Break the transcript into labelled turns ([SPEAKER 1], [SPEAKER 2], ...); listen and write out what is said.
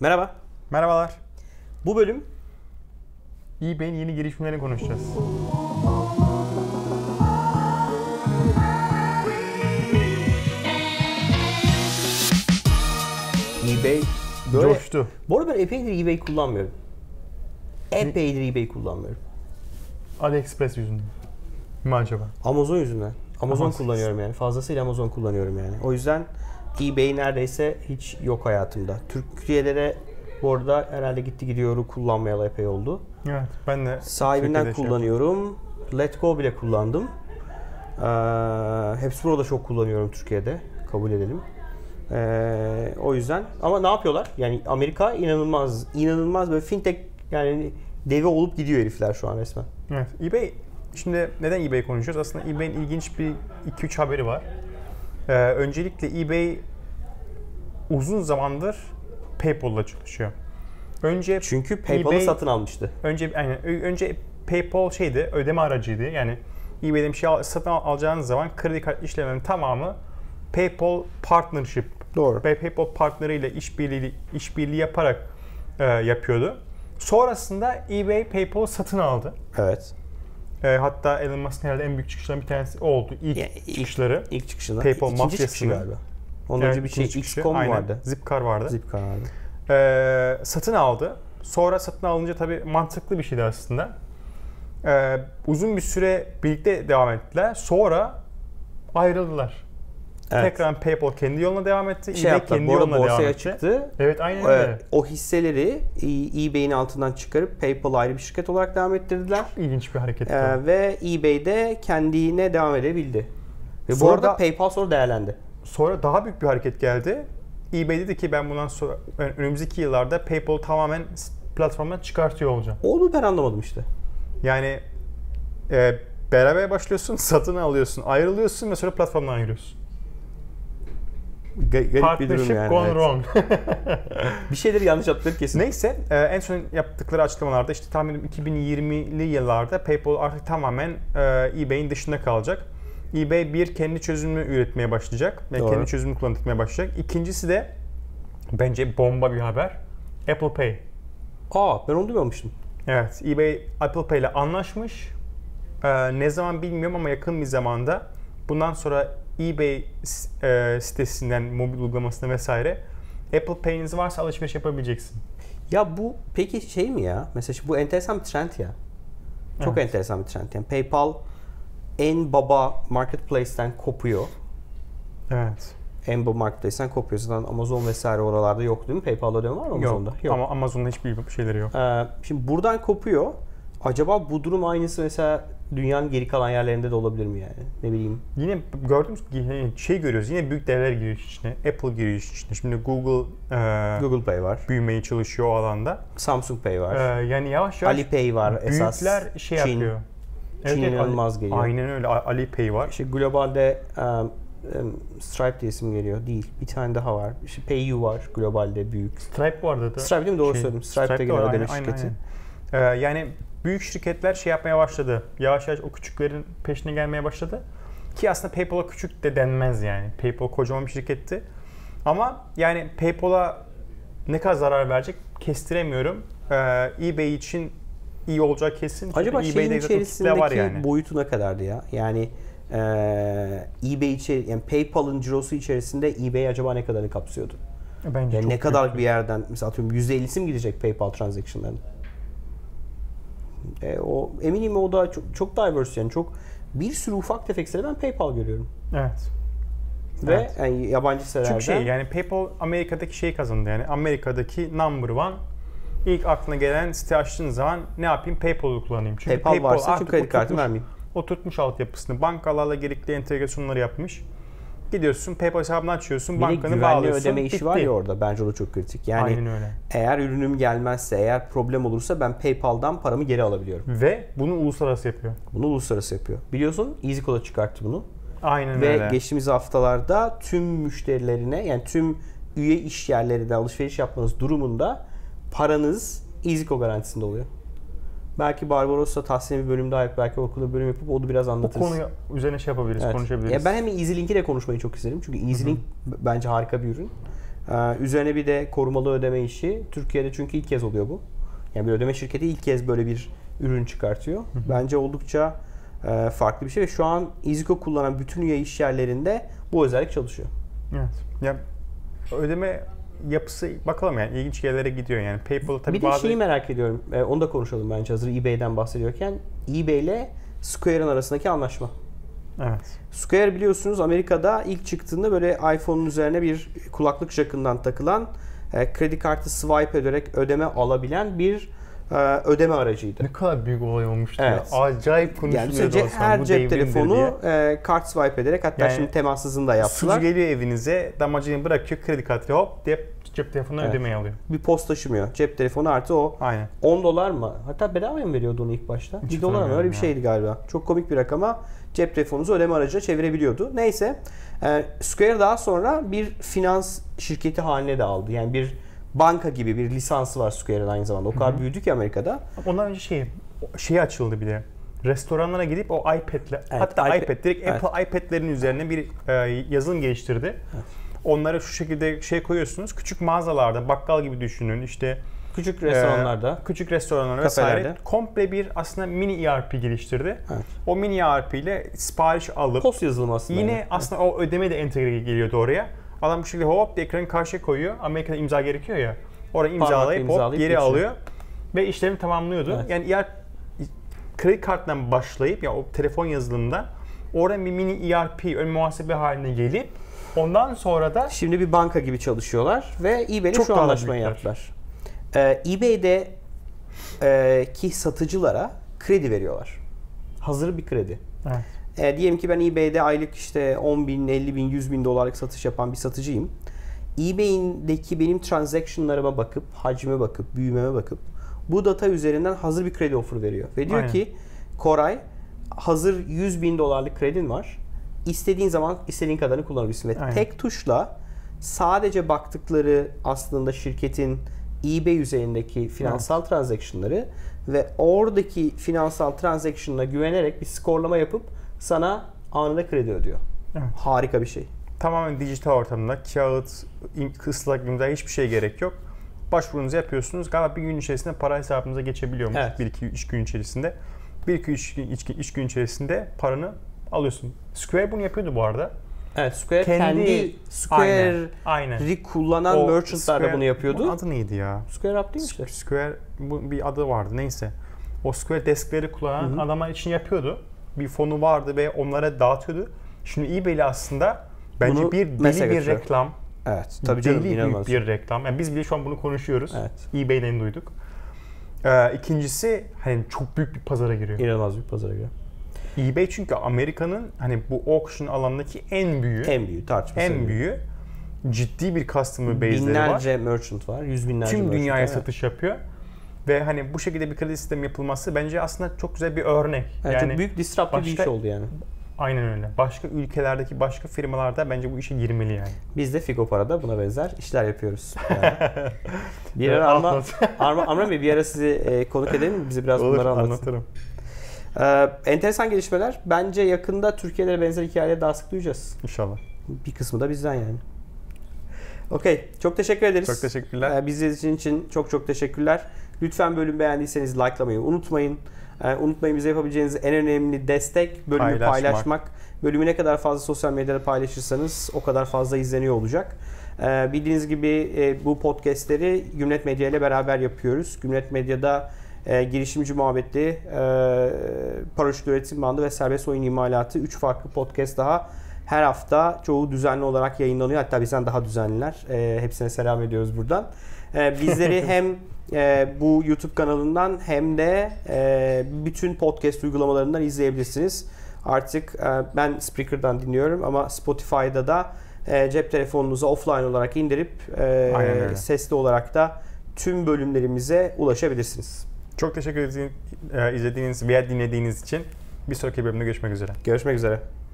[SPEAKER 1] Merhaba.
[SPEAKER 2] Merhabalar.
[SPEAKER 1] Bu bölüm
[SPEAKER 2] eBay'in yeni girişimlerini konuşacağız.
[SPEAKER 1] eBay böyle...
[SPEAKER 2] Coştu.
[SPEAKER 1] Bu arada ben epeydir eBay kullanmıyorum. Epeydir eBay kullanmıyorum.
[SPEAKER 2] AliExpress yüzünden. Mi acaba?
[SPEAKER 1] Amazon yüzünden. Amazon
[SPEAKER 2] Amazon.
[SPEAKER 1] kullanıyorum yani. Fazlasıyla Amazon kullanıyorum yani. O yüzden eBay neredeyse hiç yok hayatımda. Türkiye'lere bu arada herhalde gitti gidiyoru kullanmayalı epey oldu.
[SPEAKER 2] Evet. Ben de
[SPEAKER 1] Sahibinden
[SPEAKER 2] Türkiye'de şey
[SPEAKER 1] kullanıyorum. Let Go bile kullandım. Ee, hepsi burada çok kullanıyorum Türkiye'de. Kabul edelim. Ee, o yüzden ama ne yapıyorlar? Yani Amerika inanılmaz inanılmaz böyle fintech yani devi olup gidiyor herifler şu an resmen.
[SPEAKER 2] Evet. eBay, şimdi neden eBay konuşuyoruz? Aslında eBay'in ilginç bir 2-3 haberi var. Ee, öncelikle eBay uzun zamandır PayPal'la çalışıyor. Önce
[SPEAKER 1] Çünkü PayPal'ı
[SPEAKER 2] eBay-
[SPEAKER 1] satın almıştı.
[SPEAKER 2] önce yani ö- önce PayPal şeydi, ödeme aracıydı. Yani eBay'de bir şey al- satın al- alacağınız zaman kredi kart işlemlerinin tamamı PayPal partnership
[SPEAKER 1] Doğru.
[SPEAKER 2] ve PayPal partneriyle işbirliği işbirliği yaparak e, yapıyordu. Sonrasında eBay PayPal'ı satın aldı.
[SPEAKER 1] Evet.
[SPEAKER 2] E, hatta Elon Musk'ın herhalde en büyük çıkışlarından bir tanesi o oldu. İlk
[SPEAKER 1] Ya, ilk-
[SPEAKER 2] çıkışları.
[SPEAKER 1] İlk çıkışında.
[SPEAKER 2] PayPal
[SPEAKER 1] İkinci
[SPEAKER 2] mafyasının-
[SPEAKER 1] çıkışı galiba. Onun
[SPEAKER 2] Evet,
[SPEAKER 1] önce bir şey
[SPEAKER 2] ikinci çıkışı.
[SPEAKER 1] X.com
[SPEAKER 2] Aynen.
[SPEAKER 1] vardı.
[SPEAKER 2] Zipcar vardı.
[SPEAKER 1] Zipcar vardı.
[SPEAKER 2] E, satın aldı. Sonra satın alınca tabii mantıklı bir şeydi aslında. E, uzun bir süre birlikte devam ettiler. Sonra ayrıldılar.
[SPEAKER 1] Evet.
[SPEAKER 2] Tekrar PayPal kendi yoluna devam etti.
[SPEAKER 1] şey
[SPEAKER 2] eBay
[SPEAKER 1] yaptılar.
[SPEAKER 2] kendi
[SPEAKER 1] Bu arada
[SPEAKER 2] yoluna devam
[SPEAKER 1] borsaya
[SPEAKER 2] etti.
[SPEAKER 1] çıktı.
[SPEAKER 2] Evet aynen
[SPEAKER 1] Ee,
[SPEAKER 2] öyle.
[SPEAKER 1] o hisseleri e- eBay'in altından çıkarıp PayPal ayrı bir şirket olarak devam ettirdiler.
[SPEAKER 2] İlginç bir hareket.
[SPEAKER 1] Ee, ve eBay'de kendine devam edebildi. Ve bu
[SPEAKER 2] Sonra-
[SPEAKER 1] arada PayPal sonra değerlendi.
[SPEAKER 2] Sonra daha büyük bir hareket geldi. eBay dedi ki ben bundan sonra yani önümüzdeki yıllarda PayPal'ı tamamen s- platformdan çıkartıyor olacağım.
[SPEAKER 1] Onu ben anlamadım işte.
[SPEAKER 2] Yani e, beraber başlıyorsun, satın alıyorsun, ayrılıyorsun ve sonra platformdan ayrılıyorsun.
[SPEAKER 1] Ga- garip bir
[SPEAKER 2] Partnership
[SPEAKER 1] durum yani.
[SPEAKER 2] gone
[SPEAKER 1] evet.
[SPEAKER 2] wrong.
[SPEAKER 1] Bir şeyleri yanlış yaptıkları kesin.
[SPEAKER 2] Neyse e, en son yaptıkları açıklamalarda işte tahminim 2020'li yıllarda PayPal artık tamamen e, eBay'in dışında kalacak. eBay bir kendi çözümünü üretmeye başlayacak ve
[SPEAKER 1] Doğru.
[SPEAKER 2] kendi çözümünü kullanmaya başlayacak. İkincisi de bence bomba bir haber. Apple Pay.
[SPEAKER 1] Aa ben onu duymamıştım.
[SPEAKER 2] Evet, eBay Apple Pay ile anlaşmış. Ee, ne zaman bilmiyorum ama yakın bir zamanda bundan sonra eBay s- e, sitesinden, mobil uygulamasına vesaire Apple Pay'iniz varsa alışveriş yapabileceksin.
[SPEAKER 1] Ya bu peki şey mi ya? Mesela şu- bu enteresan bir trend ya. Çok enteresan bir trend. Yani PayPal en baba marketplace'ten kopuyor.
[SPEAKER 2] Evet.
[SPEAKER 1] En baba marketplace'ten kopuyor. Zaten Amazon vesaire oralarda yok değil mi? PayPal'da ödeme var mı Amazon'da?
[SPEAKER 2] Yok, ama Amazon'da hiçbir şeyleri yok.
[SPEAKER 1] Ee, şimdi buradan kopuyor. Acaba bu durum aynısı mesela dünyanın geri kalan yerlerinde de olabilir mi yani? Ne bileyim.
[SPEAKER 2] Yine gördüğümüz yine şey görüyoruz. Yine büyük devler giriyor işin içine. Apple giriyor işin içine. Şimdi Google, e,
[SPEAKER 1] Google Pay var.
[SPEAKER 2] büyümeye çalışıyor o alanda.
[SPEAKER 1] Samsung Pay
[SPEAKER 2] E,
[SPEAKER 1] var.
[SPEAKER 2] yani yavaş yavaş
[SPEAKER 1] Alipay var esas.
[SPEAKER 2] büyükler şey
[SPEAKER 1] Çin.
[SPEAKER 2] yapıyor.
[SPEAKER 1] Çin
[SPEAKER 2] Ali-
[SPEAKER 1] inanılmaz geliyor.
[SPEAKER 2] Aynen öyle. A- Alipay var.
[SPEAKER 1] İşte globalde um, um, Stripe diye isim geliyor. Değil. Bir tane daha var. İşte PayU var globalde büyük.
[SPEAKER 2] Stripe bu arada da.
[SPEAKER 1] Stripe değil mi? Doğru söyledim. Şey, Stripe de
[SPEAKER 2] Stripe de
[SPEAKER 1] gene
[SPEAKER 2] var,
[SPEAKER 1] ödeme
[SPEAKER 2] aynen,
[SPEAKER 1] şirketi.
[SPEAKER 2] aynen. Ee, yani büyük şirketler şey yapmaya başladı. Yavaş yavaş o küçüklerin peşine gelmeye başladı. Ki aslında PayPal'a küçük de denmez yani. PayPal kocaman bir şirketti. Ama yani PayPal'a ne kadar zarar verecek kestiremiyorum. Ee, eBay için iyi olacak kesin. Çünkü
[SPEAKER 1] Acaba şeyin
[SPEAKER 2] zaten kitle
[SPEAKER 1] içerisindeki boyutu ne kadardı ya? Yani eee eBay içi, yani PayPal'ın cirosu içerisinde eBay acaba ne kadarını kapsıyordu?
[SPEAKER 2] Bence
[SPEAKER 1] Yani
[SPEAKER 2] çok
[SPEAKER 1] E, ne kadar bir yerden mesela atıyorum %50'si mi gidecek PayPal transaction'ların? E, o eminim o da çok, çok diverse yani çok bir sürü ufak tefek sitede ben PayPal görüyorum.
[SPEAKER 2] Evet.
[SPEAKER 1] Ve
[SPEAKER 2] Evet.
[SPEAKER 1] yani yabancı sitelerden.
[SPEAKER 2] Çünkü şey yani PayPal Amerika'daki şeyi kazandı yani Amerika'daki number one ilk aklına gelen site açtığın zaman ne yapayım PayPal'ı kullanayım. Çünkü
[SPEAKER 1] PayPal varsa
[SPEAKER 2] artık
[SPEAKER 1] çok kredi kartı
[SPEAKER 2] oturtmuş-
[SPEAKER 1] vermeyeyim.
[SPEAKER 2] Oturtmuş altyapısını bankalarla gerekli entegrasyonları yapmış. Gidiyorsun PayPal hesabını açıyorsun,
[SPEAKER 1] Bir de
[SPEAKER 2] bankanı
[SPEAKER 1] güvenli
[SPEAKER 2] bağlıyorsun.
[SPEAKER 1] ödeme işi
[SPEAKER 2] bitti.
[SPEAKER 1] var ya orada. Bence o da çok kritik. Yani
[SPEAKER 2] Aynen öyle.
[SPEAKER 1] eğer ürünüm gelmezse, eğer problem olursa ben PayPal'dan paramı geri alabiliyorum.
[SPEAKER 2] Ve bunu uluslararası yapıyor.
[SPEAKER 1] Bunu uluslararası yapıyor. Biliyorsun EasyCoda çıkarttı bunu.
[SPEAKER 2] Aynen
[SPEAKER 1] Ve
[SPEAKER 2] öyle.
[SPEAKER 1] geçtiğimiz haftalarda tüm müşterilerine yani tüm üye iş yerlerinde alışveriş yapmanız durumunda paranız İziko garantisinde oluyor. Belki Barbaros'la Tahsin'e bir bölüm daha yap, belki Orkun'a bir bölüm yapıp onu biraz
[SPEAKER 2] Bu
[SPEAKER 1] anlatırız.
[SPEAKER 2] konuyu üzerine şey yapabiliriz,
[SPEAKER 1] Evet.
[SPEAKER 2] konuşabiliriz.
[SPEAKER 1] Ya ben hem EasyLink'i de konuşmayı çok isterim çünkü EasyLink b- bence harika bir ürün. Ee, üzerine bir de korumalı ödeme işi. Türkiye'de çünkü ilk kez oluyor bu. Yani bir ödeme şirketi ilk kez böyle bir ürün çıkartıyor. Bence oldukça e, farklı bir şey ve şu an İZIKO kullanan bütün üye iş yerlerinde bu özellik çalışıyor.
[SPEAKER 2] Evet. Ya ödeme yapısı bakalım yani ilginç yerlere gidiyor yani. PayPal tabii
[SPEAKER 1] bir de
[SPEAKER 2] bazı
[SPEAKER 1] şeyi merak ediyorum. E, onu da konuşalım bence hazır eBay'den bahsediyorken. eBay ile Square'ın arasındaki anlaşma.
[SPEAKER 2] Evet.
[SPEAKER 1] Square biliyorsunuz Amerika'da ilk çıktığında böyle iPhone'un üzerine bir kulaklık jackından takılan e, kredi kartı swipe ederek ödeme alabilen bir e, ödeme aracıydı.
[SPEAKER 2] Ne kadar büyük olay olmuştu
[SPEAKER 1] Evet.
[SPEAKER 2] ya. Acayip
[SPEAKER 1] Yani
[SPEAKER 2] konuşuluyordu
[SPEAKER 1] sadece
[SPEAKER 2] Osman,
[SPEAKER 1] her
[SPEAKER 2] bu
[SPEAKER 1] cep
[SPEAKER 2] devrimdir diye.
[SPEAKER 1] telefonu e, kart swipe ederek hatta
[SPEAKER 2] Yani
[SPEAKER 1] şimdi temassızını da yaptılar.
[SPEAKER 2] Sucu geliyor evinize, damacını bırakıyor, kredi kartıyla hop diye cep telefonuna
[SPEAKER 1] Evet.
[SPEAKER 2] ödemeyi alıyor.
[SPEAKER 1] Bir post taşımıyor. Cep telefonu artı o
[SPEAKER 2] Aynen.
[SPEAKER 1] 10 dolar mı? Hatta bedavaya mı veriyordu onu ilk başta?
[SPEAKER 2] Hiç
[SPEAKER 1] 1 dolar mı?
[SPEAKER 2] hatırlamıyorum
[SPEAKER 1] Öyle bir
[SPEAKER 2] ya.
[SPEAKER 1] şeydi galiba. Çok komik bir rakama cep telefonunuzu ödeme aracına çevirebiliyordu. Neyse e, Square daha sonra bir finans şirketi haline de aldı. Yani bir banka gibi bir lisansı var Square'ın aynı zamanda. O kadar büyüdü ki Amerika'da.
[SPEAKER 2] Ondan önce şey, şey açıldı bir de. Restoranlara gidip o iPad'le, hatta
[SPEAKER 1] iPad-
[SPEAKER 2] iPad, direkt
[SPEAKER 1] Evet.
[SPEAKER 2] Apple iPad'lerin üzerine bir e, yazılım geliştirdi. Onlara şu şekilde şey koyuyorsunuz. Küçük mağazalarda, bakkal gibi düşünün. işte
[SPEAKER 1] Küçük
[SPEAKER 2] e,
[SPEAKER 1] restoranlarda.
[SPEAKER 2] küçük restoranlar vesaire
[SPEAKER 1] Kafelerde.
[SPEAKER 2] komple bir aslında mini ERP geliştirdi.
[SPEAKER 1] Evet.
[SPEAKER 2] O mini ERP ile sipariş alıp
[SPEAKER 1] Post yazılımı aslında.
[SPEAKER 2] Yine
[SPEAKER 1] yani.
[SPEAKER 2] aslında o ödeme de entegre geliyordu oraya. Adam bu şekilde hop diye ekranı karşıya koyuyor. Amerika'da imza gerekiyor ya. Oraya imzalayıp hop
[SPEAKER 1] imzalayıp
[SPEAKER 2] geri
[SPEAKER 1] geçiyor.
[SPEAKER 2] alıyor. Ve işlemi tamamlıyordu.
[SPEAKER 1] Evet.
[SPEAKER 2] Yani ERP kredi kartından başlayıp ya o telefon yazılımından oraya bir mini ERP ön muhasebe haline gelip ondan sonra da
[SPEAKER 1] Şimdi bir banka gibi çalışıyorlar ve eBay'le
[SPEAKER 2] Çok
[SPEAKER 1] şu
[SPEAKER 2] daha da
[SPEAKER 1] anlaşmayı
[SPEAKER 2] büyükler.
[SPEAKER 1] yaptılar. Ee, eBay'de e, ki satıcılara kredi veriyorlar. Hazır bir kredi.
[SPEAKER 2] evet.
[SPEAKER 1] E, diyelim ki ben eBay'de aylık işte 10 bin, 50 bin, 100 bin dolarlık satış yapan bir satıcıyım. eBay'indeki benim transaction'larıma bakıp, hacme bakıp, büyümeme bakıp bu data üzerinden hazır bir kredi offer veriyor. Ve diyor
[SPEAKER 2] Aynen.
[SPEAKER 1] ki Koray hazır 100 bin dolarlık kredin var. İstediğin zaman istediğin kadarını kullanabilirsin. Ve
[SPEAKER 2] Aynen.
[SPEAKER 1] tek tuşla sadece baktıkları aslında şirketin eBay üzerindeki finansal transaction'ları ve oradaki finansal transaction'ına güvenerek bir skorlama yapıp sana anında kredi ödüyor.
[SPEAKER 2] Evet.
[SPEAKER 1] Harika bir şey.
[SPEAKER 2] tamamen dijital ortamda kağıt, im- ıslak imza hiçbir şey gerek yok. Başvurunuzu yapıyorsunuz. Galiba bir gün içerisinde para hesabınıza geçebiliyormuş.
[SPEAKER 1] Evet.
[SPEAKER 2] 1-2-3 gün içerisinde. 1-2-3 gün içerisinde paranı alıyorsun. Square bunu yapıyordu bu arada.
[SPEAKER 1] Evet Square kendi,
[SPEAKER 2] Kendi-
[SPEAKER 1] Square'i
[SPEAKER 2] Aynen. Aynen.
[SPEAKER 1] kullanan merchantlar da
[SPEAKER 2] Square-
[SPEAKER 1] bunu
[SPEAKER 2] Bunun
[SPEAKER 1] yapıyordu.
[SPEAKER 2] adı neydi ya?
[SPEAKER 1] Square Up değil mi işte?
[SPEAKER 2] Square bu bir adı vardı neyse. O Square deskleri kullanan adamlar için yapıyordu. Bir fonu vardı ve onlara dağıtıyordu. Şimdi eBay'le aslında bence
[SPEAKER 1] Bunu
[SPEAKER 2] bir
[SPEAKER 1] mese
[SPEAKER 2] deli bir
[SPEAKER 1] götürüyor.
[SPEAKER 2] reklam
[SPEAKER 1] Evet. Tabii canım
[SPEAKER 2] Deli
[SPEAKER 1] inanılmaz.
[SPEAKER 2] büyük bir reklam. Yani biz bile şu an bunu konuşuyoruz.
[SPEAKER 1] Evet.
[SPEAKER 2] eBay'den duyduk. Ee, ikincisi hani çok büyük bir pazara giriyor.
[SPEAKER 1] İnanılmaz bir pazara göre.
[SPEAKER 2] eBay çünkü Amerika'nın hani bu auction alandaki en büyüğü, en,
[SPEAKER 1] En büyük tartışması.
[SPEAKER 2] büyüğü. Ciddi bir customer base'leri var.
[SPEAKER 1] Binlerce merchant var. Yüz binlerce
[SPEAKER 2] Tüm
[SPEAKER 1] merchant
[SPEAKER 2] dünyaya
[SPEAKER 1] var.
[SPEAKER 2] satış yapıyor. Ve hani bu şekilde bir kredi sistemi yapılması bence aslında çok güzel bir örnek.
[SPEAKER 1] Evet, çok büyük disruptif bir
[SPEAKER 2] başka-
[SPEAKER 1] iş oldu yani.
[SPEAKER 2] Aynen öyle. Başka ülkelerdeki başka firmalarda bence bu işe girmeli yani.
[SPEAKER 1] Biz de Figo Para'da buna benzer işler yapıyoruz. Yani. bir ara
[SPEAKER 2] Evet,
[SPEAKER 1] Arma,
[SPEAKER 2] anlat.
[SPEAKER 1] Arma, Arman Bey bir ara sizi e, konuk edelim mi? Bize biraz
[SPEAKER 2] Olur,
[SPEAKER 1] bunları anlatın.
[SPEAKER 2] anlatırım.
[SPEAKER 1] Ee, enteresan gelişmeler. Bence yakında Türkiye'de benzer hikayeleri daha sık duyacağız.
[SPEAKER 2] İnşallah.
[SPEAKER 1] Bir kısmı da bizden yani. Okey. Çok teşekkür ederiz.
[SPEAKER 2] Çok teşekkürler.
[SPEAKER 1] Ee, bizi izlediğiniz için çok çok teşekkürler. Lütfen bölüm beğendiyseniz likelamayı unutmayın. Ee, unutmayın bize yapabileceğiniz en önemli destek bölümü paylaşmak.
[SPEAKER 2] Paylaşmak.
[SPEAKER 1] Bölümü ne kadar fazla sosyal medyada paylaşırsanız o kadar fazla izleniyor olacak. Ee, bildiğiniz gibi e, bu podcastleri Gümlet Medya ile beraber yapıyoruz. Gümlet Medya'da e, girişimci muhabbeti, e, paraşüt üretim bandı ve serbest oyun imalatı 3 farklı podcast daha her hafta çoğu düzenli olarak yayınlanıyor. Hatta bizden daha düzenliler. E, hepsine selam ediyoruz buradan. E, bizleri hem e, bu YouTube kanalından hem de e, bütün podcast uygulamalarından izleyebilirsiniz. Artık e, ben Spreaker'dan dinliyorum ama Spotify'da da e, cep telefonunuza offline olarak indirip e,
[SPEAKER 2] Aynen öyle.
[SPEAKER 1] sesli olarak da tüm bölümlerimize ulaşabilirsiniz.
[SPEAKER 2] Çok teşekkür ederiz e, izlediğiniz veya dinlediğiniz için. Bir sonraki bölümde görüşmek üzere.
[SPEAKER 1] Görüşmek üzere.